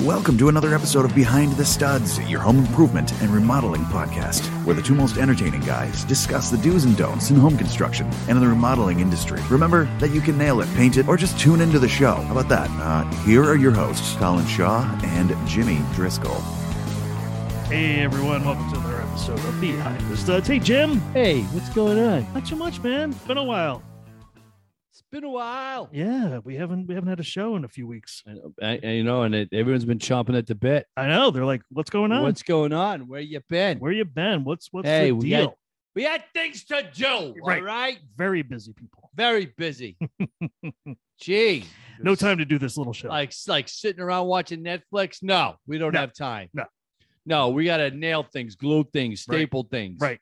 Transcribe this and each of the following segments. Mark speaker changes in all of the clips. Speaker 1: Welcome to another episode of Behind the Studs, your home improvement and remodeling podcast, where the two most entertaining guys discuss the do's and don'ts in home construction and in the remodeling industry. Remember that you can nail it, paint it, or just tune into the show. How about that? Uh, here are your hosts, Colin Shaw and Jimmy Driscoll.
Speaker 2: Hey everyone, welcome to another episode of Behind the Studs. Hey Jim,
Speaker 3: Hey, what's going on?
Speaker 2: not too much, man. Been a while.
Speaker 3: It's been a while.
Speaker 2: Yeah, we haven't we haven't had a show in a few weeks.
Speaker 3: And, I- I- you know, and it, everyone's been chomping at the bit.
Speaker 2: I know they're like, what's going on?
Speaker 3: What's going on? Where you been?
Speaker 2: Where you been? What's what's
Speaker 3: Hey,
Speaker 2: the
Speaker 3: we
Speaker 2: deal?
Speaker 3: got- We had things to do.
Speaker 2: Right.
Speaker 3: All right.
Speaker 2: Very busy people.
Speaker 3: Very busy. Gee.
Speaker 2: No time to do this little show.
Speaker 3: Like like sitting around watching Netflix. No, we don't
Speaker 2: No,
Speaker 3: have time.
Speaker 2: no.
Speaker 3: No, we gotta nail things, glue things,
Speaker 2: Right,
Speaker 3: staple things,
Speaker 2: right.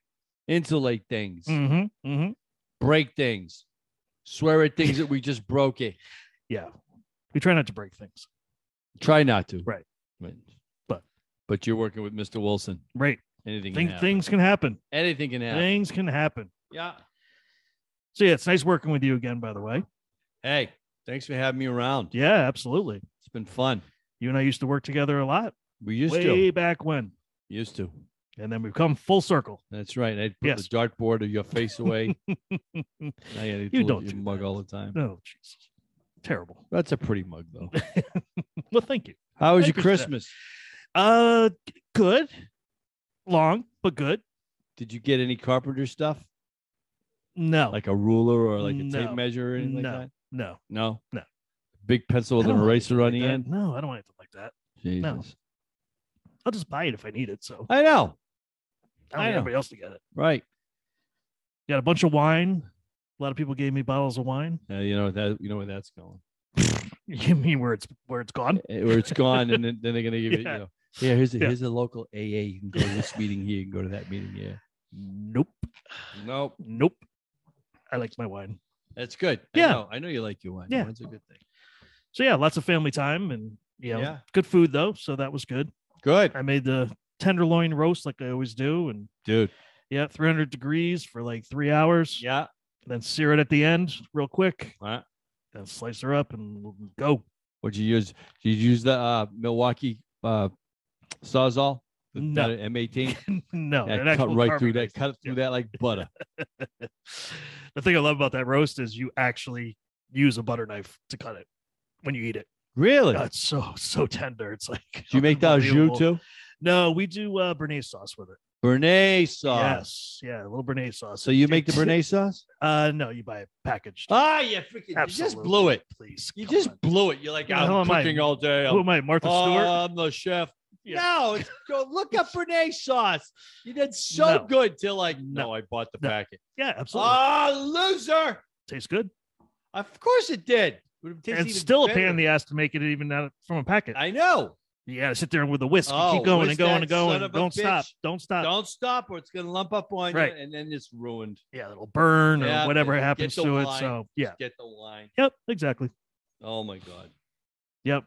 Speaker 3: Insulate things,
Speaker 2: mm-hmm, mm-hmm.
Speaker 3: break things, swear at things that we just broke it.
Speaker 2: Yeah, we try not to break things.
Speaker 3: Try not to.
Speaker 2: Right.
Speaker 3: But
Speaker 2: But-
Speaker 3: but you're working with Mr. Wilson.
Speaker 2: Right.
Speaker 3: Anything
Speaker 2: Think,
Speaker 3: can happen.
Speaker 2: things can happen.
Speaker 3: Anything can happen.
Speaker 2: Things can happen.
Speaker 3: Yeah.
Speaker 2: So yeah, it's nice working with you again. By the way.
Speaker 3: Hey, thanks for having me around.
Speaker 2: Yeah, absolutely.
Speaker 3: It's been fun.
Speaker 2: You and I used to work together a lot
Speaker 3: We used
Speaker 2: way
Speaker 3: to.
Speaker 2: back when,
Speaker 3: Used to.
Speaker 2: and then we've come full circle.
Speaker 3: That's right. I'd put
Speaker 2: Yes.
Speaker 3: the dartboard of your face away. I you
Speaker 2: don't
Speaker 3: your
Speaker 2: do
Speaker 3: mug
Speaker 2: that.
Speaker 3: all the time.
Speaker 2: Oh, Jesus, terrible.
Speaker 3: That's a pretty mug though.
Speaker 2: Well, thank you.
Speaker 3: How was your
Speaker 2: Thank you for that.
Speaker 3: Christmas?
Speaker 2: Uh, g- good. Long, but good.
Speaker 3: Did you get any carpenter stuff?
Speaker 2: No,
Speaker 3: Like a ruler or like a tape
Speaker 2: No.
Speaker 3: measure or anything
Speaker 2: No.
Speaker 3: like that?
Speaker 2: no.
Speaker 3: No.
Speaker 2: No.
Speaker 3: Big pencil
Speaker 2: I
Speaker 3: with an
Speaker 2: don't want
Speaker 3: eraser on the
Speaker 2: anything like
Speaker 3: end.
Speaker 2: that. No, I don't want anything like that.
Speaker 3: Jesus.
Speaker 2: No. I'll just buy it if I need it. So
Speaker 3: I know.
Speaker 2: I don't need
Speaker 3: I know.
Speaker 2: everybody else to get it.
Speaker 3: Right.
Speaker 2: Got a bunch of wine. A lot of people gave me bottles of wine.
Speaker 3: Uh, you know that you know where that's going.
Speaker 2: You give me where it's where it's gone.
Speaker 3: Eh, Where it's gone and then, then they're gonna give it, you
Speaker 2: Yeah.
Speaker 3: know. Yeah, here's a,
Speaker 2: Yeah.
Speaker 3: here's a local AA. You can go to this meeting here, you can go to that meeting here.
Speaker 2: Nope.
Speaker 3: Nope.
Speaker 2: Nope. I liked my wine.
Speaker 3: That's good.
Speaker 2: Yeah.
Speaker 3: I know, I know you like your wine.
Speaker 2: Yeah.
Speaker 3: Wine's a good thing.
Speaker 2: So yeah, lots of family time and you know,
Speaker 3: Yeah.
Speaker 2: good food though. So that was good.
Speaker 3: Good.
Speaker 2: I made the tenderloin roast like I always do, and
Speaker 3: Dude.
Speaker 2: yeah, 300 degrees for like three hours.
Speaker 3: Yeah.
Speaker 2: then sear it at the end real quick,
Speaker 3: What?
Speaker 2: then slice her up and go.
Speaker 3: Would you use did you use the uh Milwaukee uh sawzall? The-
Speaker 2: No.
Speaker 3: that M eighteen?
Speaker 2: no, an
Speaker 3: That cut
Speaker 2: actual
Speaker 3: right
Speaker 2: carbon
Speaker 3: through that,
Speaker 2: roast.
Speaker 3: cut it through that like butter.
Speaker 2: The thing I love about that roast is you actually use a butter knife to cut it when you eat it.
Speaker 3: Really?
Speaker 2: Oh, it's so so tender. It's like
Speaker 3: Do you make that jus
Speaker 2: unbelievable.
Speaker 3: too?
Speaker 2: No, we do uh, béarnaise sauce with it.
Speaker 3: Bernays sauce.
Speaker 2: Yes, yeah, a little béarnaise sauce.
Speaker 3: Oh. So you make the
Speaker 2: It's-
Speaker 3: Bernays sauce?
Speaker 2: Uh, no, you buy it packaged.
Speaker 3: Ah, you freaking you just
Speaker 2: Absolutely,
Speaker 3: blew it.
Speaker 2: Please,
Speaker 3: You
Speaker 2: come
Speaker 3: just
Speaker 2: on.
Speaker 3: blew it. You're like,
Speaker 2: Who the hell
Speaker 3: I'm
Speaker 2: am I?
Speaker 3: cooking all day.
Speaker 2: who
Speaker 3: I'm,
Speaker 2: am I, Martha Stewart?
Speaker 3: oh, I'm the chef.
Speaker 2: Um, Yeah.
Speaker 3: No, it's, go look up Bernays sauce. You did so
Speaker 2: No.
Speaker 3: good till like, no,
Speaker 2: No.
Speaker 3: I bought the
Speaker 2: No.
Speaker 3: packet.
Speaker 2: yeah, absolutely.
Speaker 3: Oh, loser.
Speaker 2: Tastes good.
Speaker 3: Of course it did. Would have tasted
Speaker 2: And
Speaker 3: even
Speaker 2: still a
Speaker 3: better.
Speaker 2: pain in the ass to make it even out of- from a packet.
Speaker 3: I know.
Speaker 2: You gotta sit there with a whisk and
Speaker 3: Oh,
Speaker 2: keep going and
Speaker 3: whisk
Speaker 2: going
Speaker 3: that
Speaker 2: and
Speaker 3: son
Speaker 2: going.
Speaker 3: of a
Speaker 2: Don't stop.
Speaker 3: bitch.
Speaker 2: Don't stop.
Speaker 3: Don't stop or it's going to lump up on
Speaker 2: Right.
Speaker 3: you and then it's ruined.
Speaker 2: Yeah, it'll burn
Speaker 3: Yeah,
Speaker 2: or whatever
Speaker 3: get
Speaker 2: happens
Speaker 3: the
Speaker 2: to it.
Speaker 3: wine.
Speaker 2: So yeah.
Speaker 3: Just Get the line.
Speaker 2: Yep, exactly.
Speaker 3: Oh my God.
Speaker 2: Yep.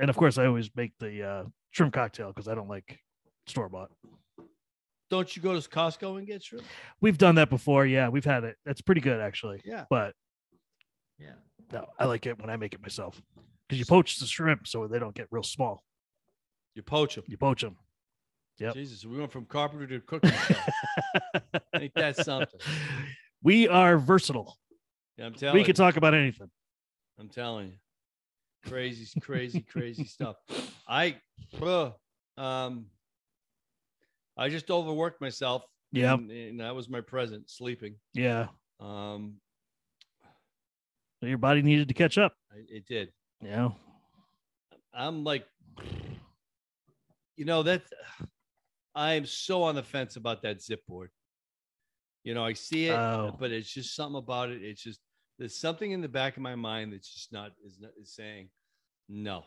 Speaker 2: And of course I always make the uh shrimp cocktail because I don't like store bought.
Speaker 3: Don't you go to Costco and get shrimp?
Speaker 2: We've done that before. Yeah, we've had it. That's pretty good actually.
Speaker 3: Yeah.
Speaker 2: But
Speaker 3: Yeah.
Speaker 2: no, I like it when I make it myself. Because you poach the shrimp so they don't get real small.
Speaker 3: You poach them.
Speaker 2: You poach them. Yep.
Speaker 3: Jesus, we went from carpenter to cooking. chef. Ain't that something?
Speaker 2: we are versatile.
Speaker 3: Yeah, I'm telling
Speaker 2: we
Speaker 3: you.
Speaker 2: can talk about anything.
Speaker 3: I'm telling you. Crazy, crazy, crazy stuff. I, ugh, um, I just overworked myself.
Speaker 2: Yeah.
Speaker 3: And, and that was my present sleeping.
Speaker 2: Yeah.
Speaker 3: Um,
Speaker 2: Your body needed to catch up.
Speaker 3: I- it did.
Speaker 2: Yeah.
Speaker 3: I'm like, you know, that I am so on the fence about that zip board. You know, I see it,
Speaker 2: Oh.
Speaker 3: but it's just something about it. It's just there's something in the back of my mind that's just not is, not, is saying no.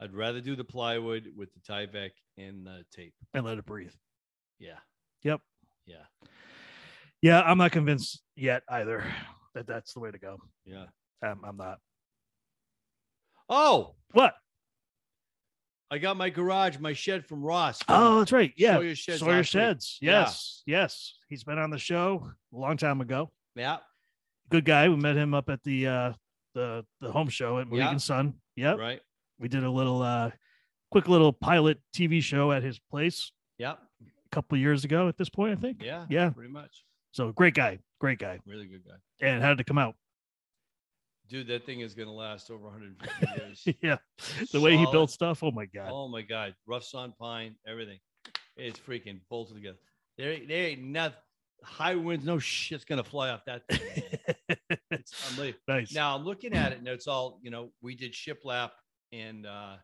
Speaker 3: I'd rather do the plywood with the Tyvek and the tape.
Speaker 2: And let it breathe.
Speaker 3: Yeah.
Speaker 2: Yep.
Speaker 3: Yeah.
Speaker 2: Yeah, I'm not convinced yet either that that's the way to go.
Speaker 3: Yeah.
Speaker 2: Um, I'm not.
Speaker 3: Oh,
Speaker 2: What?
Speaker 3: I got my garage, my shed from Ross. from
Speaker 2: Oh, that's right. Yeah.
Speaker 3: Sawyer Sheds
Speaker 2: Sawyer
Speaker 3: last week.
Speaker 2: Sheds.
Speaker 3: Yeah.
Speaker 2: Yes. Yes. He's been on the show a long time ago.
Speaker 3: Yeah.
Speaker 2: Good guy. We met him up at the uh the the home show at Mohegan
Speaker 3: Yeah.
Speaker 2: Sun. Yep.
Speaker 3: Right.
Speaker 2: We did a little uh quick little pilot TV show at his place
Speaker 3: Yep.
Speaker 2: a couple of years ago. At this point, I think.
Speaker 3: Yeah.
Speaker 2: Yeah.
Speaker 3: Pretty much.
Speaker 2: So great guy, great guy.
Speaker 3: Really good guy.
Speaker 2: And how did it come out?
Speaker 3: Dude, that thing is gonna last over 150 years.
Speaker 2: yeah, the way he
Speaker 3: Solid.
Speaker 2: built stuff. Oh my god.
Speaker 3: Oh my God, roughs on pine, everything. It's freaking bolted together. There, ain't- there ain't nothing. High winds, no shit's gonna fly off that. thing, man. it's unbelievable.
Speaker 2: nice.
Speaker 3: Now I'm looking at it, and it's all you know. We did shiplap, and uh,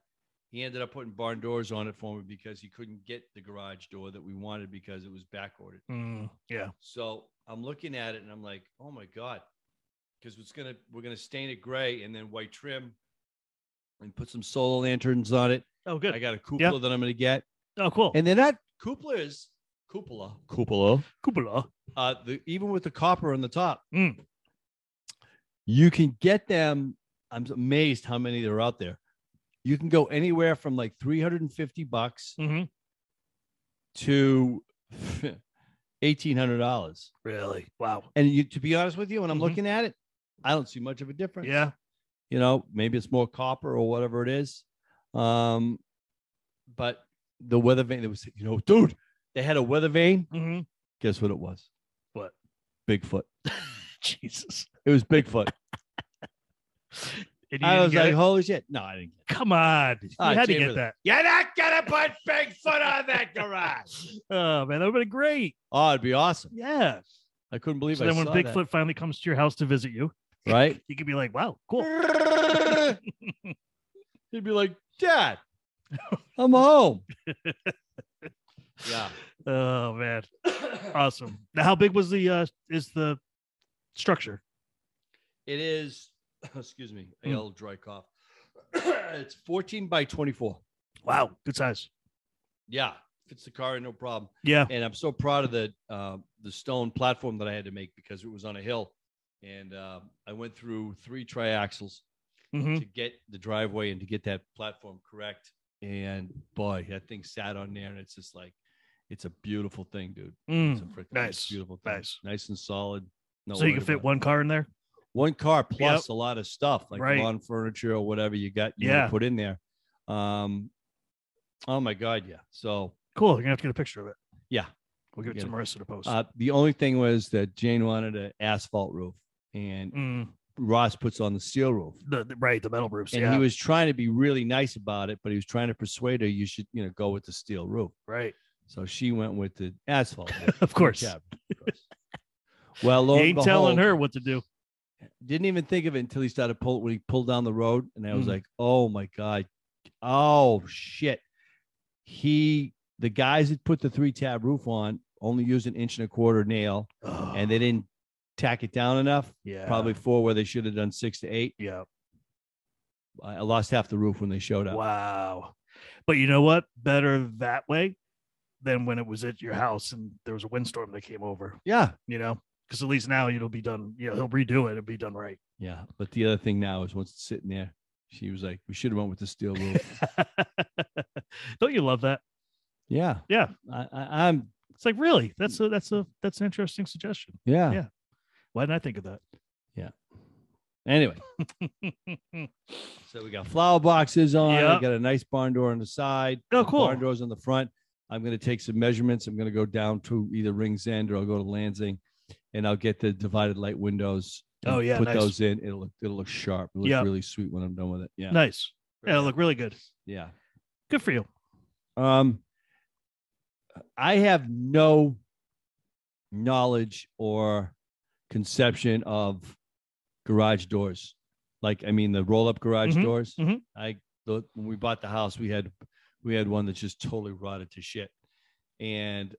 Speaker 3: he ended up putting barn doors on it for me because he couldn't get the garage door that we wanted because it was back ordered.
Speaker 2: Mm, yeah.
Speaker 3: So I'm looking at it, and I'm like, oh my god, because it's gonna we're gonna stain it gray and then white trim, and put some solar lanterns on it.
Speaker 2: Oh,
Speaker 3: I
Speaker 2: good.
Speaker 3: got a cupola
Speaker 2: Yeah.
Speaker 3: that I'm going to get,
Speaker 2: Oh, cool.
Speaker 3: and they're not cupolas. Cupola, cupola.
Speaker 2: Cupola.
Speaker 3: Uh, the even with the copper on the top,
Speaker 2: Mm.
Speaker 3: you can get them. I'm amazed how many there are out there. You can go anywhere from like 350 bucks
Speaker 2: Mhm.
Speaker 3: to 1800 dollars.
Speaker 2: Really? Wow.
Speaker 3: And you, to be honest with you, when I'm
Speaker 2: Mhm.
Speaker 3: looking at it, I don't see much of a difference.
Speaker 2: Yeah.
Speaker 3: you know, maybe it's more copper or whatever it is. Um, but the weather vane, they was, you know, dude, they had a weather vane.
Speaker 2: hmm
Speaker 3: Guess what it was?
Speaker 2: What?
Speaker 3: Bigfoot.
Speaker 2: Jesus.
Speaker 3: It was Bigfoot.
Speaker 2: And you
Speaker 3: I
Speaker 2: didn't
Speaker 3: was
Speaker 2: get
Speaker 3: like,
Speaker 2: it?
Speaker 3: holy shit. No, I didn't get it.
Speaker 2: come on. You
Speaker 3: Ah,
Speaker 2: had to get
Speaker 3: Chamberlain.
Speaker 2: that.
Speaker 3: You're not gonna put Bigfoot on that garage.
Speaker 2: Oh man, that would have been great.
Speaker 3: oh, it'd be awesome.
Speaker 2: Yeah.
Speaker 3: I couldn't believe
Speaker 2: So
Speaker 3: I
Speaker 2: then when
Speaker 3: saw
Speaker 2: Bigfoot finally comes to your house to visit you,
Speaker 3: that, right?
Speaker 2: you could be like, wow, cool.
Speaker 3: He'd be like, Dad, I'm home. yeah.
Speaker 2: Oh man. Awesome. Now how big was the uh is the structure?
Speaker 3: It is, excuse me, I got
Speaker 2: Mm.
Speaker 3: a little dry cough. it's 14 by 24.
Speaker 2: Wow, good size.
Speaker 3: Yeah, fits the car, no problem.
Speaker 2: Yeah.
Speaker 3: And I'm so proud of the uh, the stone platform that I had to make because it was on a hill, and uh, I went through three triaxles
Speaker 2: hmm
Speaker 3: to get the driveway and to get that platform correct. And boy, that thing sat on there, and it's just like, it's a beautiful thing, dude. It's a
Speaker 2: Mm.
Speaker 3: freaking
Speaker 2: Nice,
Speaker 3: beautiful thing.
Speaker 2: nice.
Speaker 3: nice and solid. No
Speaker 2: so you
Speaker 3: worry
Speaker 2: can fit
Speaker 3: about it.
Speaker 2: one car in there.
Speaker 3: one car plus a lot of stuff like
Speaker 2: Right.
Speaker 3: lawn furniture or whatever you got you wanna
Speaker 2: Yeah.
Speaker 3: put in there. Um, oh my god, yeah. So
Speaker 2: Cool. You're gonna have to get a picture of it.
Speaker 3: yeah,
Speaker 2: We'll give it
Speaker 3: Get
Speaker 2: to
Speaker 3: it.
Speaker 2: Marissa to post.
Speaker 3: uh, the only thing was that Jane wanted an asphalt roof, and
Speaker 2: Mm,
Speaker 3: Ross puts on the steel roof.
Speaker 2: the, the- right, the metal roofs.
Speaker 3: And
Speaker 2: yeah.
Speaker 3: he was trying to be really nice about it, but he was trying to persuade her you should, you know, go with the steel roof.
Speaker 2: right.
Speaker 3: So she went with the asphalt. roof,
Speaker 2: Of course.
Speaker 3: cab, of course. Well, lo
Speaker 2: You
Speaker 3: and
Speaker 2: ain't telling
Speaker 3: behold-
Speaker 2: her what to do.
Speaker 3: didn't even think of it until he started pull when he pulled down the road, and I was
Speaker 2: Mm.
Speaker 3: like, "Oh my god, oh shit!" He, the guys that put the three tab roof on, only used an inch and a quarter nail, and they didn't tack it down enough.
Speaker 2: yeah,
Speaker 3: Probably four where they should have done six to eight.
Speaker 2: yeah.
Speaker 3: I I lost half the roof when they showed up.
Speaker 2: Wow. But you know what? Better that way than when it was at your house and there was a windstorm that came over,
Speaker 3: Yeah,
Speaker 2: you know? Because at least now it'll be done. You know, he'll redo it. It'll be done right.
Speaker 3: yeah. But the other thing now is once it's sitting there, she was like, "We should have went with the steel roof."
Speaker 2: Don't you love that?
Speaker 3: yeah,
Speaker 2: Yeah.
Speaker 3: I, I, I'm.
Speaker 2: It's like, really? That's a, that's a, that's an interesting suggestion.
Speaker 3: Yeah.
Speaker 2: Yeah. Why didn't I think of that?
Speaker 3: Anyway. So we got flower boxes on. I
Speaker 2: Yep.
Speaker 3: got a nice barn door on the side.
Speaker 2: Oh,
Speaker 3: the
Speaker 2: cool.
Speaker 3: Barn doors on the front. I'm going to take some measurements. I'm going to go down to either Rings End or I'll go to Lansing, and I'll get the divided light windows. and
Speaker 2: Oh, yeah,
Speaker 3: put
Speaker 2: nice.
Speaker 3: those in. It'll look it'll look sharp. It'll look
Speaker 2: Yep.
Speaker 3: really sweet when I'm done with it. Yeah,
Speaker 2: Nice. Yeah, look really good.
Speaker 3: yeah.
Speaker 2: Good for you.
Speaker 3: Um, I have no knowledge or conception of garage doors. Like, I mean, the roll-up garage
Speaker 2: Mhm,
Speaker 3: doors.
Speaker 2: mhm.
Speaker 3: I the, when we bought the house, we had we had one that just totally rotted to shit, and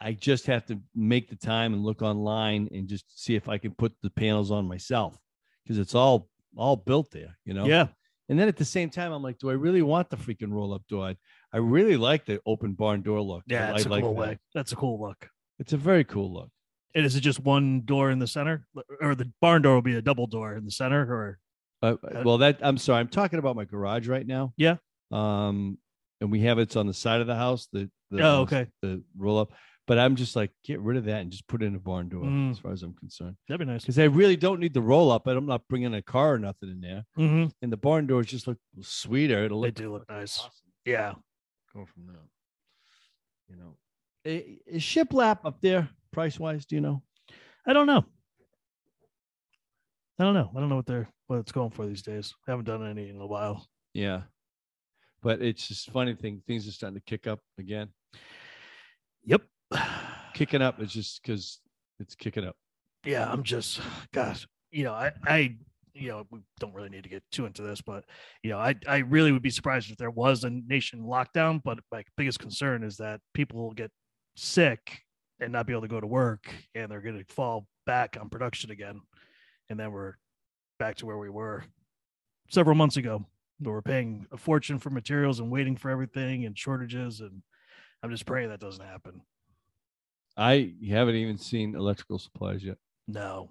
Speaker 3: I just have to make the time and look online and just see if I can put the panels on myself because it's all all built there, you know.
Speaker 2: Yeah.
Speaker 3: And then at the same time, I'm like, do I really want the freaking roll up door? I, I really like the open barn door look.
Speaker 2: Yeah.
Speaker 3: I,
Speaker 2: That's
Speaker 3: I
Speaker 2: a
Speaker 3: like
Speaker 2: cool
Speaker 3: that.
Speaker 2: way. That's a cool look.
Speaker 3: It's a very cool look.
Speaker 2: And is it just one door in the center or the barn door will be a double door in the center or
Speaker 3: Uh,
Speaker 2: Uh,
Speaker 3: well, that I'm sorry, I'm talking about my garage right now.
Speaker 2: Yeah.
Speaker 3: Um, and we have it's on the side of the house. The, the
Speaker 2: Oh, okay.
Speaker 3: the roll up, but I'm just like get rid of that and just put in a barn door
Speaker 2: Mm.
Speaker 3: as far as I'm concerned
Speaker 2: that'd be nice.
Speaker 3: because I really don't need the roll up. I'm not bringing a car or nothing in there,
Speaker 2: Mm-hmm.
Speaker 3: and the barn doors just look sweeter. It'll
Speaker 2: They
Speaker 3: look
Speaker 2: do look nice.
Speaker 3: awesome.
Speaker 2: Yeah.
Speaker 3: Go from there. You know, I- is shiplap up there price wise? Do you know?
Speaker 2: I don't know. I don't know. I don't know what they're what it's going for these days. I haven't done any in a while.
Speaker 3: Yeah, but it's just funny thing. Things are starting to kick up again.
Speaker 2: Yep.
Speaker 3: Kicking up is just because it's kicking up.
Speaker 2: Yeah, I'm just gosh, you know, I I you know, we don't really need to get too into this, but you know, I I really would be surprised if there was a nation lockdown, but my biggest concern is that people will get sick and not be able to go to work and they're going to fall back on production again. And then we're back to where we were several months ago. We were paying a fortune for materials and waiting for everything and shortages and I'm just praying that doesn't happen.
Speaker 3: I haven't even seen electrical supplies yet.
Speaker 2: No.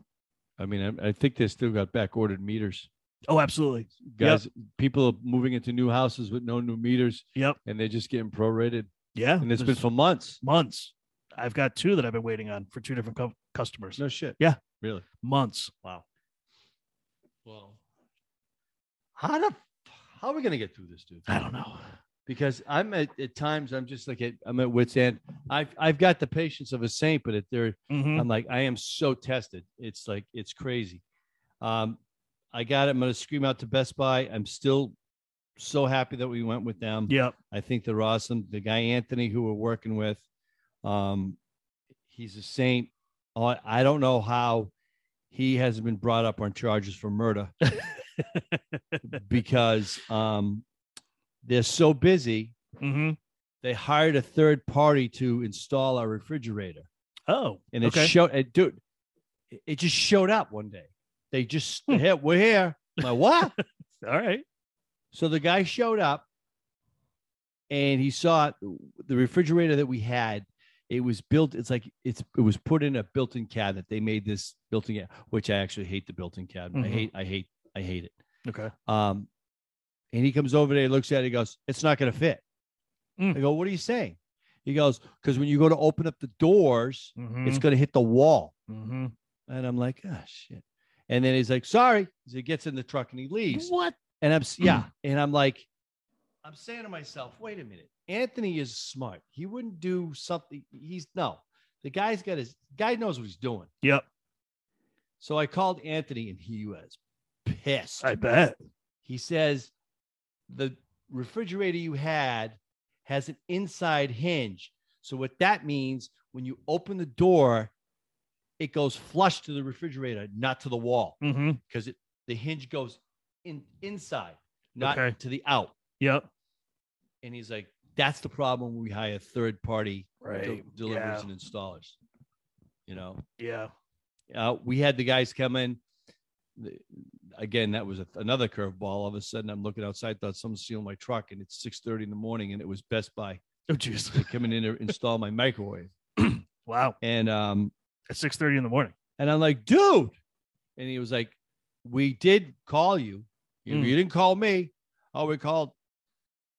Speaker 3: I mean, I, I think they still got back ordered meters.
Speaker 2: Oh, absolutely.
Speaker 3: Guys, people are moving into new houses with no new meters,
Speaker 2: Yep.
Speaker 3: and they're just getting prorated.
Speaker 2: Yeah.
Speaker 3: And it's been
Speaker 2: there's-
Speaker 3: for months.
Speaker 2: months. I've got two that I've been waiting on for two different co- customers.
Speaker 3: No shit.
Speaker 2: Yeah.
Speaker 3: Really.
Speaker 2: Months.
Speaker 3: Wow. Well, how the, how are we gonna get through this, dude?
Speaker 2: I don't know.
Speaker 3: Because I'm at, at times I'm just like at, I'm at wit's end. I've I've got the patience of a saint, but at there
Speaker 2: Mhm.
Speaker 3: I'm like I am so tested. It's like it's crazy. Um, I got it. I'm gonna scream out to Best Buy. I'm still so happy that we went with them.
Speaker 2: Yep.
Speaker 3: I think they're awesome. The guy Anthony, who we're working with, um, he's a saint. I I don't know how he hasn't been brought up on charges for murder because um, they're so busy. Mm-hmm.
Speaker 2: hmm
Speaker 3: They hired a third party to install our refrigerator,
Speaker 2: Oh,
Speaker 3: and it
Speaker 2: okay.
Speaker 3: showed. It, dude, it- it just showed up one day. They just
Speaker 2: Hmm.
Speaker 3: hey, we're here. My what?
Speaker 2: All right.
Speaker 3: So the guy showed up and he saw the refrigerator that we had. It was built, it's like it's it was put in a built-in cabinet. They made this built-in cab- which I actually hate the built-in cabinet.
Speaker 2: Mhm.
Speaker 3: I hate, I hate, I hate it.
Speaker 2: Okay.
Speaker 3: Um and he comes over there, he looks at it, he goes, It's not gonna fit.
Speaker 2: Mm.
Speaker 3: I go, What are you saying? He goes, Because when you go to open up the doors,
Speaker 2: hmm
Speaker 3: it's gonna hit the wall.
Speaker 2: hmm
Speaker 3: And I'm like, oh shit. And then he's like, sorry. So he gets in the truck and he leaves.
Speaker 2: What?
Speaker 3: And I'm s-
Speaker 2: Hmm.
Speaker 3: yeah, and I'm like, I'm saying to myself, wait a minute. Anthony is smart. He wouldn't do something. He's no. The guy's got his guy knows what he's doing.
Speaker 2: Yep.
Speaker 3: So I called Anthony and he was pissed.
Speaker 2: I bet.
Speaker 3: he says the refrigerator you had has an inside hinge. So what that means when you open the door, it goes flush to the refrigerator, not to the wall,
Speaker 2: hmm
Speaker 3: because it the hinge goes in inside, not
Speaker 2: Okay.
Speaker 3: to the out.
Speaker 2: Yep.
Speaker 3: And he's like, that's the problem when we hire third party
Speaker 2: Right.
Speaker 3: deliveries
Speaker 2: Yeah.
Speaker 3: and installers. You know,
Speaker 2: Yeah.
Speaker 3: uh, we had the guys come in. The- Again, that was a, another curveball. All of a sudden, I'm looking outside, thought someone stealing my truck, and it's 6:30 in the morning, and it was Best Buy
Speaker 2: Oh, jeez.
Speaker 3: They're coming in to install my microwave.
Speaker 2: Wow.
Speaker 3: And um,
Speaker 2: At six thirty in the morning.
Speaker 3: and I'm like, dude, and he was like, we did call you. You,
Speaker 2: Mm.
Speaker 3: you didn't call me. Oh, we called.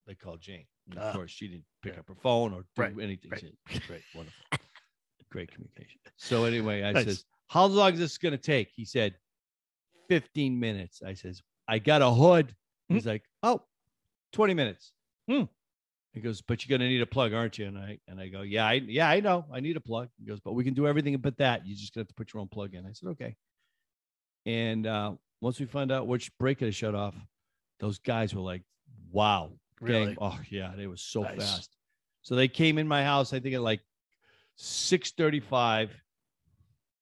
Speaker 3: They called Jane. And
Speaker 2: Ah.
Speaker 3: of course, she didn't pick up her phone or do
Speaker 2: Right,
Speaker 3: anything.
Speaker 2: right.
Speaker 3: She- Great, wonderful, great communication. So anyway, I
Speaker 2: Nice.
Speaker 3: says, how long is this gonna take? He said, 15 minutes. I says, I got a hood. He's
Speaker 2: Hmm.
Speaker 3: like, oh, 20 minutes.
Speaker 2: Mm.
Speaker 3: He goes, but you're gonna need a plug, aren't you? And I and I go, yeah, I, yeah, I know, I need a plug. He goes, but we can do everything but that. You just gonna have to put your own plug in. I said, okay. And uh, once we found out which breaker to shut off, those guys were like, wow,
Speaker 2: Really?
Speaker 3: Dang. Oh yeah, they were so
Speaker 2: Nice.
Speaker 3: fast. So they came in my house, I think at like 6:35,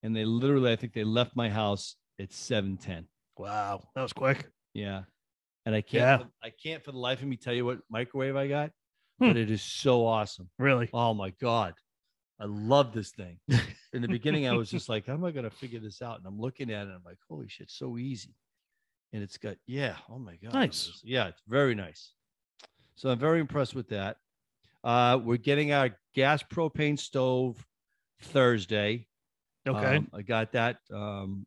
Speaker 3: and they literally, I think they left my house at 7:10.
Speaker 2: Wow. That was quick.
Speaker 3: Yeah, and I can't,
Speaker 2: Yeah.
Speaker 3: I can't for the life of me tell you what microwave I got,
Speaker 2: Hmm.
Speaker 3: but it is so awesome.
Speaker 2: Really.
Speaker 3: Oh my god, I love this thing. In the beginning, I was just like, how am I going to figure this out? And I'm looking at it, I'm like, holy shit, so easy. And it's got, yeah, oh my god,
Speaker 2: Nice.
Speaker 3: it was- yeah, it's very nice. So I'm very impressed with that. Uh, we're getting our gas propane stove Thursday.
Speaker 2: Okay.
Speaker 3: Um, I got that um,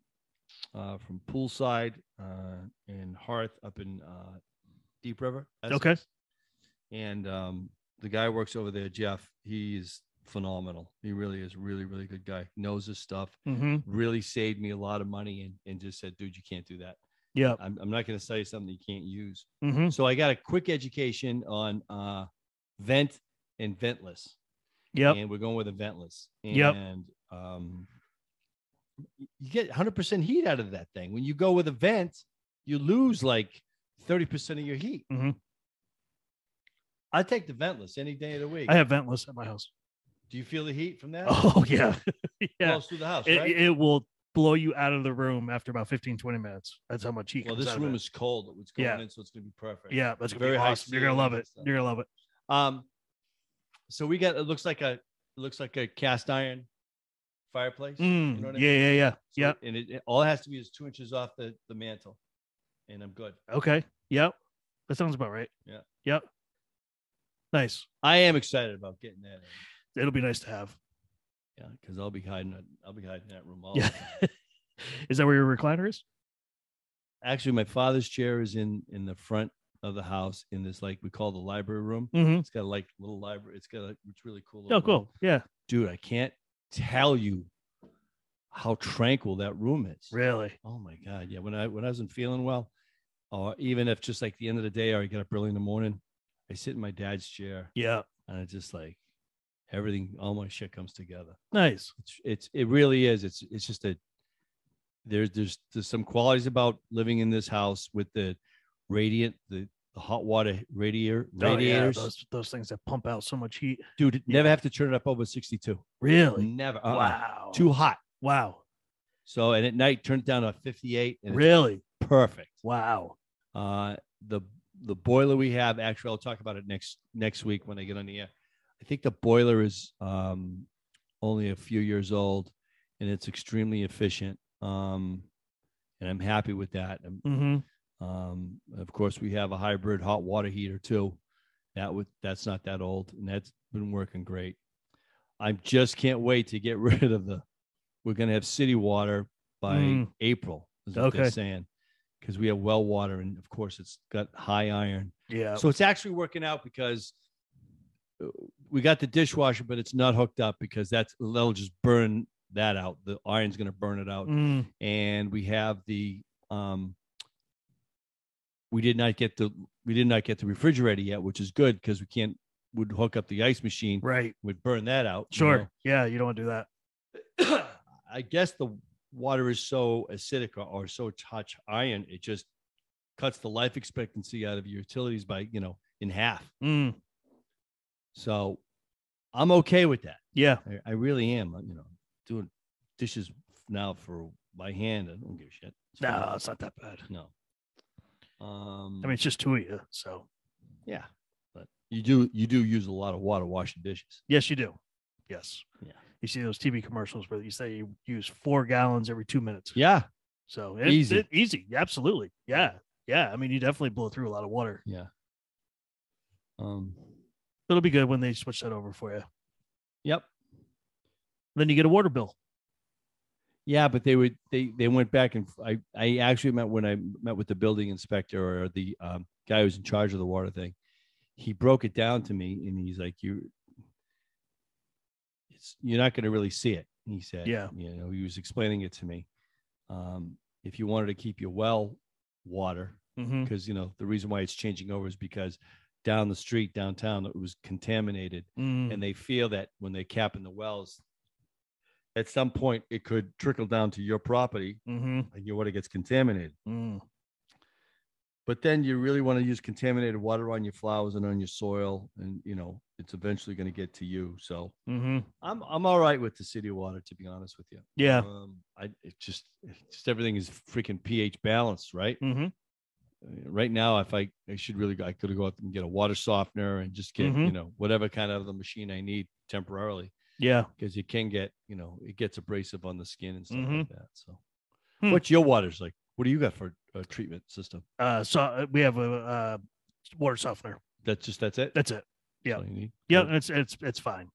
Speaker 3: uh, from Poolside uh, in Hearth up in uh, Deep River.
Speaker 2: Okay.
Speaker 3: Essex. And um, the guy who works over there, Jeff. He's phenomenal. He really is really really good guy. Knows his stuff.
Speaker 2: hmm
Speaker 3: Really saved me a lot of money and and just said, dude, you can't do that.
Speaker 2: Yeah.
Speaker 3: I'm, I'm not going to sell you something you can't use.
Speaker 2: Mm-hmm.
Speaker 3: So I got a quick education on uh, vent and ventless.
Speaker 2: Yep.
Speaker 3: And we're going with a ventless. And
Speaker 2: Yep.
Speaker 3: um, you get 100% heat out of that thing. When you go with a vent, you lose like 30% of your heat.
Speaker 2: Mhm.
Speaker 3: I take the ventless any day of the week.
Speaker 2: I have ventless at my house.
Speaker 3: Do you feel the heat from that?
Speaker 2: Oh yeah. yeah.
Speaker 3: Blows through the house,
Speaker 2: it,
Speaker 3: right?
Speaker 2: it will blow you out of the room after about 15, 20 minutes. That's how much heat
Speaker 3: well,
Speaker 2: comes
Speaker 3: this
Speaker 2: out of
Speaker 3: room
Speaker 2: it.
Speaker 3: is cold. It's going
Speaker 2: Yeah.
Speaker 3: in, so it's going to be perfect.
Speaker 2: Yeah, that's gonna
Speaker 3: very
Speaker 2: be
Speaker 3: high
Speaker 2: awesome. You're gonna
Speaker 3: ceiling
Speaker 2: love
Speaker 3: and
Speaker 2: it.
Speaker 3: stuff.
Speaker 2: You're gonna love it.
Speaker 3: Um, so we got it looks like a it looks like a cast iron fireplace.
Speaker 2: Mm,
Speaker 3: know what I
Speaker 2: yeah, yeah, yeah,
Speaker 3: So-
Speaker 2: yeah.
Speaker 3: And it, it- all it has to be is two inches off the, the mantle, and I'm good.
Speaker 2: Okay. Yep. That sounds about right.
Speaker 3: Yeah.
Speaker 2: Yep. Nice.
Speaker 3: I am excited about getting that. In.
Speaker 2: It'll be nice to have.
Speaker 3: Yeah, because I'll be hiding. it- I'll be hiding that room all.
Speaker 2: Yeah.
Speaker 3: the time.
Speaker 2: is that where your recliner is?
Speaker 3: Actually, my father's chair is in in the front of the house in this like we call the library room.
Speaker 2: Mm-hmm.
Speaker 3: It's got like little library. It's got a, it's really cool.
Speaker 2: Oh,
Speaker 3: little room.
Speaker 2: cool. Yeah.
Speaker 3: dude. I can't tell you how tranquil that room is.
Speaker 2: Really.
Speaker 3: Oh my god, yeah. When I when I wasn't feeling well, or even if just like the end of the day, or I get up early in the morning, I sit in my dad's chair
Speaker 2: Yeah.
Speaker 3: and I just like everything, all my shit comes together.
Speaker 2: Nice.
Speaker 3: It's it's it really is. It's it's just a there's there's there's some qualities about living in this house with the radiant the, the hot water radiator
Speaker 2: Oh, yeah,
Speaker 3: radiators.
Speaker 2: Those those things that pump out so much heat.
Speaker 3: Dude, never have to turn it up over sixty two.
Speaker 2: Really.
Speaker 3: Never. uh-uh.
Speaker 2: Wow.
Speaker 3: Too hot.
Speaker 2: Wow.
Speaker 3: So and at night turn it down to fifty eight. And it's
Speaker 2: Really.
Speaker 3: perfect.
Speaker 2: Wow.
Speaker 3: Uh, the the boiler we have actually I'll talk about it next next week when I get on the air. I think the boiler is um, only a few years old and it's extremely efficient. Um, and I'm happy with that. Um,
Speaker 2: Mm-hmm.
Speaker 3: Um, of course, we have a hybrid hot water heater too. That would that's not that old and that's been working great. I just can't wait to get rid of the. We're gonna have city water by
Speaker 2: Mm.
Speaker 3: April. Is what
Speaker 2: Okay.
Speaker 3: they're saying because we have well water and of course it's got high iron.
Speaker 2: Yeah.
Speaker 3: So it's actually working out because uh, we got the dishwasher, but it's not hooked up because that's that'll just burn that out. The iron's gonna burn it out
Speaker 2: Mm.
Speaker 3: and we have the um we did not get the we did not get the refrigerator yet which is good because we can't would hook up the ice machine
Speaker 2: Right.
Speaker 3: would burn that out you
Speaker 2: Sure. Yeah. You don't want to do that.
Speaker 3: know. i guess the water is so acidic or, or so touch iron it just cuts the life expectancy out of your utilities by you know in half
Speaker 2: Mm.
Speaker 3: so i'm okay with that
Speaker 2: Yeah.
Speaker 3: i, I really am you know doing dishes now for by hand i don't give a shit It's
Speaker 2: No,
Speaker 3: fine.
Speaker 2: it's not that bad.
Speaker 3: No. Um,
Speaker 2: I mean, it's just two of you. So
Speaker 3: yeah, but you do you do use a lot of water washing dishes.
Speaker 2: yes, you do. Yes.
Speaker 3: Yeah.
Speaker 2: You see those TV commercials where you say you use four gallons every two minutes.
Speaker 3: Yeah,
Speaker 2: So it's
Speaker 3: Easy.
Speaker 2: easy. easy. Absolutely. Yeah. Yeah. I mean, you definitely blow through a lot of water.
Speaker 3: yeah. Um,
Speaker 2: It'll be good when they switch that over for you.
Speaker 3: yep,
Speaker 2: Then you get a water bill.
Speaker 3: yeah, but they would they they went back and f- I I actually met when I met with the building inspector or the um, guy who's in charge of the water thing. He broke it down to me, and he's like, "You, it's you're not going to really see it." He said,
Speaker 2: Yeah.
Speaker 3: you know, he was explaining it to me. Um, if you wanted to keep your well water,
Speaker 2: Mm-hmm.
Speaker 3: because you know the reason why it's changing over is because down the street downtown it was contaminated
Speaker 2: Mm-hmm. Mm.
Speaker 3: and they feel that when they cap in the wells at some point it could trickle down to your property
Speaker 2: Mm-hmm.
Speaker 3: and your water gets contaminated
Speaker 2: Mm.
Speaker 3: but then you really want to use contaminated water on your flowers and on your soil and you know it's eventually going to get to you so
Speaker 2: Mm-hmm.
Speaker 3: i'm i'm all right with the city water to be honest with you
Speaker 2: Yeah.
Speaker 3: um i it just it's just everything is freaking ph balanced right
Speaker 2: Mm-hmm.
Speaker 3: uh, right now if i i should really go i could go out and get a water softener and just get you
Speaker 2: Mhm.
Speaker 3: know whatever kind of the machine i need temporarily
Speaker 2: Yeah.
Speaker 3: because you can get you know it gets abrasive on the skin and stuff like that so
Speaker 2: Mm-hmm. Hmm.
Speaker 3: what's your waters like what do you got for a treatment system
Speaker 2: Uh, so uh, we have a uh, water softener.
Speaker 3: that's just that's it
Speaker 2: That's it. yeah.
Speaker 3: all you need?
Speaker 2: Yeah,
Speaker 3: Or-
Speaker 2: it's it's it's fine.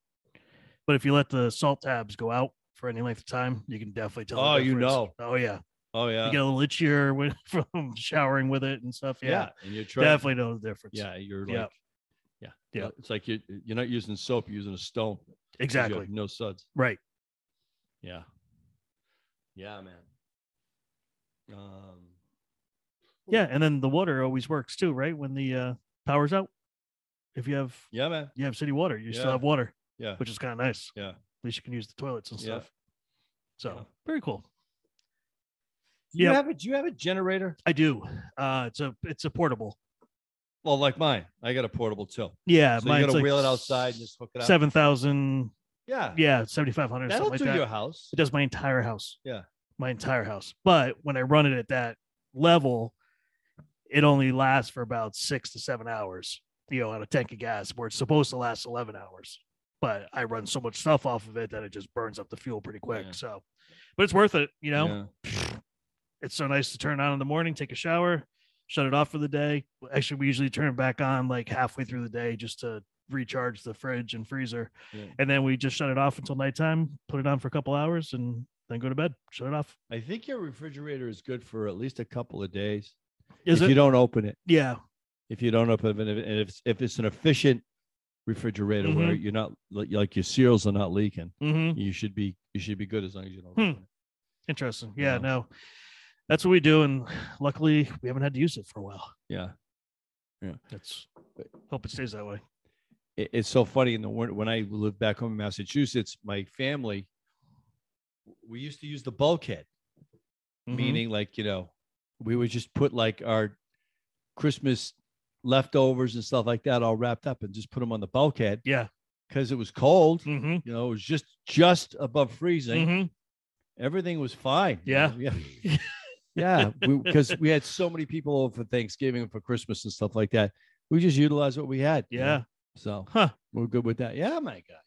Speaker 2: But if you let the salt tabs go out for any length of time, you can definitely tell. the
Speaker 3: Oh, you
Speaker 2: difference.
Speaker 3: know.
Speaker 2: Oh yeah,
Speaker 3: oh yeah
Speaker 2: you get a little itchier with, from showering with it and stuff.
Speaker 3: yeah.
Speaker 2: Yeah,
Speaker 3: and you're trying
Speaker 2: definitely know the difference.
Speaker 3: yeah you're
Speaker 2: Yeah.
Speaker 3: like yeah
Speaker 2: Yeah.
Speaker 3: it's like you're you're not using soap you're using a stone 'cause you have
Speaker 2: exactly.
Speaker 3: no suds
Speaker 2: Right.
Speaker 3: Yeah. Yeah, man. Um,
Speaker 2: Yeah, and then the water always works too, right? When the uh, power's out, if you have
Speaker 3: Yeah, man.
Speaker 2: you have city water, you still
Speaker 3: Yeah.
Speaker 2: have water,
Speaker 3: Yeah.
Speaker 2: which is kind of nice.
Speaker 3: Yeah.
Speaker 2: at least you can use the toilets and
Speaker 3: Yeah.
Speaker 2: stuff. So
Speaker 3: Yeah.
Speaker 2: very cool.
Speaker 3: Do you
Speaker 2: Yeah.
Speaker 3: have a do you have a generator?
Speaker 2: I do. Uh, it's a it's a portable.
Speaker 3: Well, like mine. I got a portable too.
Speaker 2: Yeah,
Speaker 3: so you gotta wheel it outside and just hook it up.
Speaker 2: Seven thousand.
Speaker 3: Yeah.
Speaker 2: Yeah, seventy five hundred.
Speaker 3: That'll
Speaker 2: Something like
Speaker 3: do
Speaker 2: that.
Speaker 3: your house.
Speaker 2: It does my entire house.
Speaker 3: Yeah.
Speaker 2: My entire house. But when I run it at that level, it only lasts for about six to seven hours, you know, on a tank of gas where it's supposed to last 11 hours. But I run so much stuff off of it that it just burns up the fuel pretty quick.
Speaker 3: Yeah.
Speaker 2: So, but it's worth it, you know?
Speaker 3: Yeah.
Speaker 2: It's so nice to turn on in the morning, take a shower, shut it off for the day. Actually, we usually turn it back on like halfway through the day just to recharge the fridge and freezer
Speaker 3: Yeah.
Speaker 2: and then we just shut it off until nighttime, put it on for a couple hours, and then go to bed. Shut it off.
Speaker 3: I think your refrigerator is good for at least a couple of days.
Speaker 2: Is
Speaker 3: if
Speaker 2: it?
Speaker 3: you don't open it,
Speaker 2: yeah,
Speaker 3: if you don't open it, and if it's, if it's an efficient refrigerator where
Speaker 2: Mm-hmm.
Speaker 3: you're not like like your cereals are not leaking,
Speaker 2: hmm
Speaker 3: you should be you should be good as long as you don't.
Speaker 2: Hmm.
Speaker 3: open it.
Speaker 2: interesting. Yeah,
Speaker 3: Yeah.
Speaker 2: no, that's what we do, and luckily we haven't had to use it for a while.
Speaker 3: Yeah,
Speaker 2: That's hope it stays that way.
Speaker 3: It- it's so funny in the winter when I lived back home in Massachusetts, my family we used to use the bulkhead,
Speaker 2: Mhm.
Speaker 3: meaning like you know we would just put like our Christmas leftovers and stuff like that all wrapped up and just put them on the bulkhead
Speaker 2: yeah,
Speaker 3: because it was cold.
Speaker 2: hmm
Speaker 3: You know, it was just just above freezing.
Speaker 2: hmm
Speaker 3: everything was fine. you
Speaker 2: Yeah.
Speaker 3: know? Yeah. yeah. Because we, had so many people over for Thanksgiving and for Christmas and stuff like that. We just utilized what we had. you know?
Speaker 2: yeah.
Speaker 3: So
Speaker 2: Huh.
Speaker 3: we're good with that. Yeah, my God.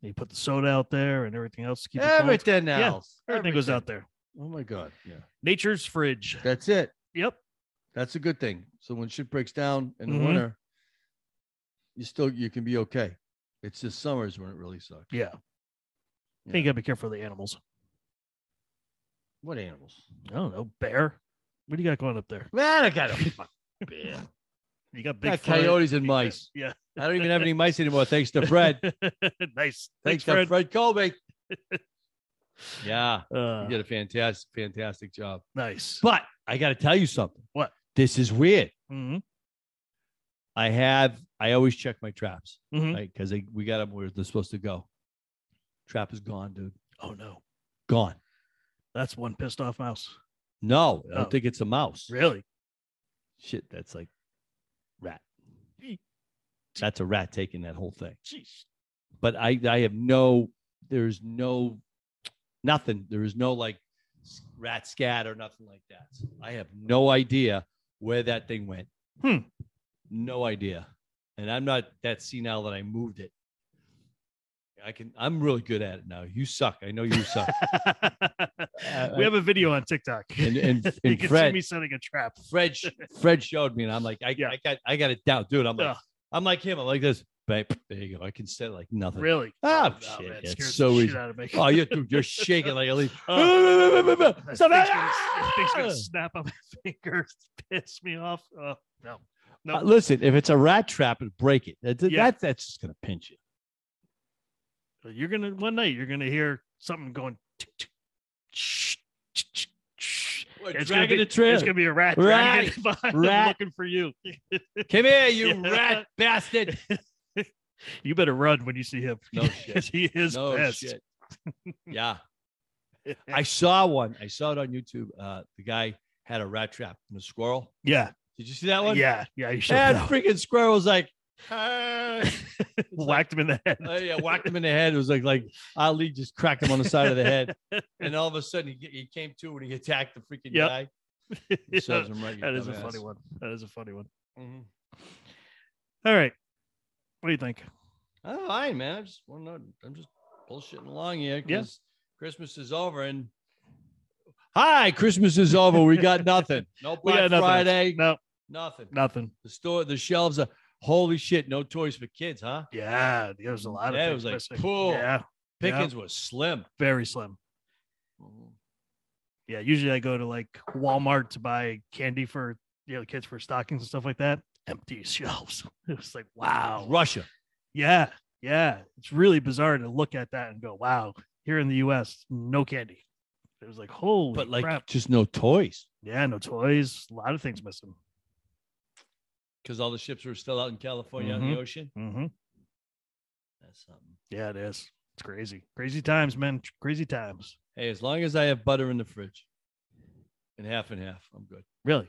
Speaker 2: You put the soda out there and everything else. To keep it cold.
Speaker 3: everything
Speaker 2: Yeah,
Speaker 3: else.
Speaker 2: everything goes out there.
Speaker 3: Oh my God. Yeah.
Speaker 2: Nature's fridge.
Speaker 3: That's it.
Speaker 2: Yep.
Speaker 3: That's a good thing. So when shit breaks down in the
Speaker 2: Mhm.
Speaker 3: winter, you still you can be okay. It's the summers when it really sucks.
Speaker 2: Yeah. I
Speaker 3: Yeah.
Speaker 2: think you gotta be careful of the animals.
Speaker 3: What animals?
Speaker 2: I don't know. Bear. What do you got going up there?
Speaker 3: Man, I got a bear.
Speaker 2: You got big
Speaker 3: Got coyotes and mice.
Speaker 2: Yeah.
Speaker 3: I don't even have any mice anymore. Thanks to Fred.
Speaker 2: nice.
Speaker 3: Thanks,
Speaker 2: Thanks,
Speaker 3: to
Speaker 2: Fred.
Speaker 3: Fred Colby. yeah.
Speaker 2: Uh,
Speaker 3: You did a fantastic, fantastic job.
Speaker 2: Nice.
Speaker 3: But I got to tell you something.
Speaker 2: What?
Speaker 3: This is weird.
Speaker 2: Mhm.
Speaker 3: I have, I always check my traps,
Speaker 2: Mhm.
Speaker 3: right? Because we got them where they're supposed to go. Trap is gone, dude.
Speaker 2: Oh no,
Speaker 3: Gone.
Speaker 2: that's one pissed off mouse.
Speaker 3: No, I
Speaker 2: Oh.
Speaker 3: don't think it's a mouse.
Speaker 2: Really?
Speaker 3: Shit, that's like rat. That's a rat taking that whole thing.
Speaker 2: Jeez.
Speaker 3: But I, I have no, there's no, nothing. There is no like s- rat scat or nothing like that. So I have no idea where that thing went.
Speaker 2: Hmm.
Speaker 3: No idea. And I'm not that senile that I moved it. I can, I'm really good at it now. You suck. I know you suck.
Speaker 2: we have a video on TikTok.
Speaker 3: And, and,
Speaker 2: you
Speaker 3: and
Speaker 2: can see
Speaker 3: Fred,
Speaker 2: me setting a trap.
Speaker 3: Fred, sh- Fred showed me, and I'm like, I,
Speaker 2: Yeah.
Speaker 3: I got, I got it down, dude. I'm like,
Speaker 2: Ugh.
Speaker 3: I'm like him. I'm like this. Bang, there you go. I can say like nothing.
Speaker 2: Really?
Speaker 3: Oh, shit,
Speaker 2: it
Speaker 3: it's
Speaker 2: scares
Speaker 3: so
Speaker 2: the
Speaker 3: easy.
Speaker 2: Shit out of me.
Speaker 3: Oh, you're, dude, you're shaking like a leaf.
Speaker 2: Oh. That
Speaker 3: Stop
Speaker 2: thing's
Speaker 3: it.
Speaker 2: gonna, that thing's gonna
Speaker 3: Ah!
Speaker 2: snap on my fingers, piss me off. Oh, no.
Speaker 3: Uh, listen, if it's a rat trap, it break it. That, that-
Speaker 2: Yeah.
Speaker 3: that's- that's just gonna pinch you.
Speaker 2: You're gonna one night you're gonna hear something going. tick, tick, shh, shh, shh, shh. It's gonna, be,
Speaker 3: the
Speaker 2: it's
Speaker 3: trail.
Speaker 2: gonna be a rat,
Speaker 3: Right.
Speaker 2: dragging it behind him
Speaker 3: Rat.
Speaker 2: looking for you.
Speaker 3: Come here, you
Speaker 2: Yeah.
Speaker 3: rat bastard.
Speaker 2: You better run when you see him.
Speaker 3: No shit.
Speaker 2: 'Cause he is
Speaker 3: no
Speaker 2: pissed.
Speaker 3: shit. Yeah, I saw one. I saw it on YouTube. Uh, the guy had a rat trap and a squirrel.
Speaker 2: yeah.
Speaker 3: Did you see that one?
Speaker 2: Yeah. Yeah. You should
Speaker 3: That
Speaker 2: have
Speaker 3: freaking squirrel was like, "Ah."
Speaker 2: whacked him in the head.
Speaker 3: Uh, yeah, whacked him in the head. It was like like Ali just cracked him on the side of the head, and all of a sudden he, he came to and he attacked the freaking
Speaker 2: Yep.
Speaker 3: guy.
Speaker 2: Yeah,
Speaker 3: He serves him right. you
Speaker 2: that is a
Speaker 3: dumbass.
Speaker 2: funny one. That is a funny one.
Speaker 3: Mhm.
Speaker 2: All right. What do you think?
Speaker 3: I'm fine, man. I'm just well, no, I'm just bullshitting along here
Speaker 2: Yeah.
Speaker 3: because Christmas is over and hi, Christmas is over. We got nothing. No
Speaker 2: We
Speaker 3: Black
Speaker 2: got nothing.
Speaker 3: Friday.
Speaker 2: No,
Speaker 3: Nothing.
Speaker 2: nothing.
Speaker 3: The store, the shelves are holy shit. No toys for kids, huh?
Speaker 2: Yeah. There was a lot
Speaker 3: Yeah, it
Speaker 2: of
Speaker 3: was
Speaker 2: things
Speaker 3: like,
Speaker 2: missing.
Speaker 3: cool.
Speaker 2: Yeah.
Speaker 3: Pickings were slim.
Speaker 2: Very slim. Oh. Yeah. Usually I go to like Walmart to buy candy for you know kids for stockings and stuff like that. Empty shelves. It was like wow.
Speaker 3: Russia.
Speaker 2: Yeah, yeah. It's really bizarre to look at that and go, "Wow, here in the U.S., no candy." It was like, "Holy
Speaker 3: but like
Speaker 2: crap!"
Speaker 3: just no toys.
Speaker 2: Yeah, no toys. A lot of things missing.
Speaker 3: because all the ships were still out in California on the ocean.
Speaker 2: Mm-hmm.
Speaker 3: That's something.
Speaker 2: Yeah, it is. It's crazy. Crazy times, man. Crazy times.
Speaker 3: Hey, as long as I have butter in the fridge, and half and half, I'm good.
Speaker 2: Really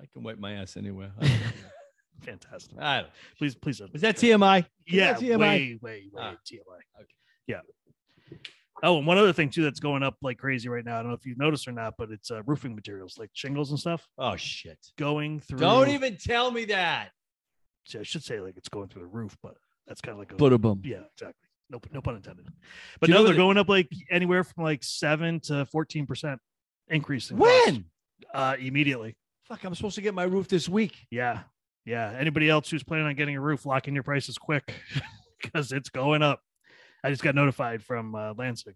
Speaker 3: I can wipe my ass anywhere. I don't,
Speaker 2: fantastic.
Speaker 3: I don't-
Speaker 2: Please, please. don't-
Speaker 3: Is that TMI?
Speaker 2: Yeah,
Speaker 3: Is that TMI?
Speaker 2: way, way, way
Speaker 3: Ah,
Speaker 2: TMI.
Speaker 3: okay.
Speaker 2: Yeah. Oh, and one other thing too that's going up like crazy right now. I don't know if you've noticed or not, but it's uh, roofing materials like shingles and stuff
Speaker 3: Oh shit!
Speaker 2: going through.
Speaker 3: Don't even tell me that.
Speaker 2: I should say like it's going through the roof, but that's kind of like a
Speaker 3: But a bum.
Speaker 2: yeah, exactly. No, no pun intended. But
Speaker 3: you know
Speaker 2: no,
Speaker 3: what
Speaker 2: they're
Speaker 3: the-
Speaker 2: going up like anywhere from like seven to fourteen percent increase. In cost.
Speaker 3: When?
Speaker 2: Uh, immediately.
Speaker 3: Fuck! I'm supposed to get my roof this week.
Speaker 2: Yeah. Yeah. Anybody else who's planning on getting a roof, lock in your prices quick because it's going up. I just got notified from uh, Lansing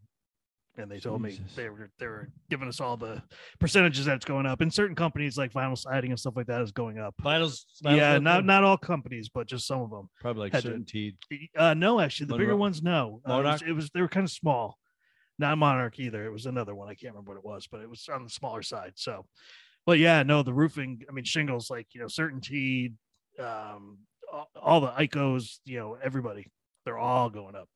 Speaker 2: and they told me
Speaker 3: Jesus.
Speaker 2: they were they were giving us all the percentages that it's going up. And certain companies like vinyl siding and stuff like that is going up.
Speaker 3: Finals.
Speaker 2: yeah,
Speaker 3: finals-
Speaker 2: not not all companies, but just some of them.
Speaker 3: probably like
Speaker 2: had to-
Speaker 3: certainty.
Speaker 2: Uh, no, actually, the bigger
Speaker 3: Monroe-
Speaker 2: ones, no. Uh, it, was,
Speaker 3: Monarch?
Speaker 2: it was- they were kind of small, not Monarch either. It was another one. I can't remember what it was, but it was on the smaller side. So, but yeah, no, the roofing. I mean, shingles, like you know, certainty, um, all, all the Icos, you know, everybody, they're all going up.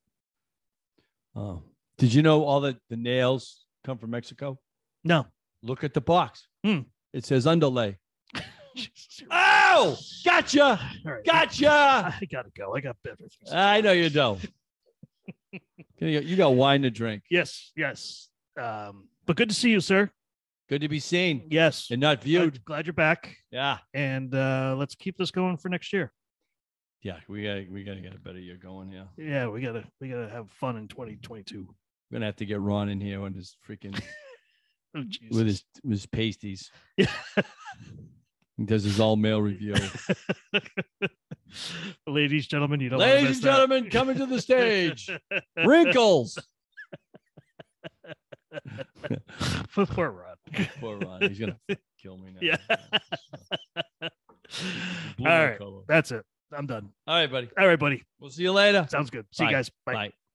Speaker 3: Oh, did you know all the the nails come from Mexico?
Speaker 2: No,
Speaker 3: Look at the box.
Speaker 2: Hmm.
Speaker 3: It says underlay.
Speaker 2: Jesus, you're-
Speaker 3: Oh, gotcha,
Speaker 2: all right,
Speaker 3: gotcha.
Speaker 2: I gotta go. I got better things. to
Speaker 3: I
Speaker 2: do.
Speaker 3: know you don't. you you got wine to drink.
Speaker 2: Yes, yes. Um, but good to see you, sir.
Speaker 3: Good to be seen
Speaker 2: Yes,
Speaker 3: and not viewed.
Speaker 2: Glad- glad you're back,
Speaker 3: Yeah,
Speaker 2: and uh, let's keep this going for next year.
Speaker 3: yeah. We got we got to get a better year going. Yeah,
Speaker 2: Yeah, we gotta we gotta have fun in 2022.
Speaker 3: we're gonna have to get Ron in here on his freaking
Speaker 2: Oh, Jesus.
Speaker 3: with his with his pasties.
Speaker 2: Yeah.
Speaker 3: he does his all male review.
Speaker 2: Ladies, gentlemen, you don't. wanna
Speaker 3: Ladies
Speaker 2: miss
Speaker 3: and
Speaker 2: that.
Speaker 3: gentlemen, coming to the stage, wrinkles.
Speaker 2: Poor Rod.
Speaker 3: Poor Ron, he's gonna fucking kill me now.
Speaker 2: Yeah.
Speaker 3: Blue
Speaker 2: All right,
Speaker 3: color.
Speaker 2: that's it. I'm done.
Speaker 3: All right, buddy.
Speaker 2: All right, buddy.
Speaker 3: We'll see you later.
Speaker 2: Sounds good. See you guys. Bye.
Speaker 3: Bye.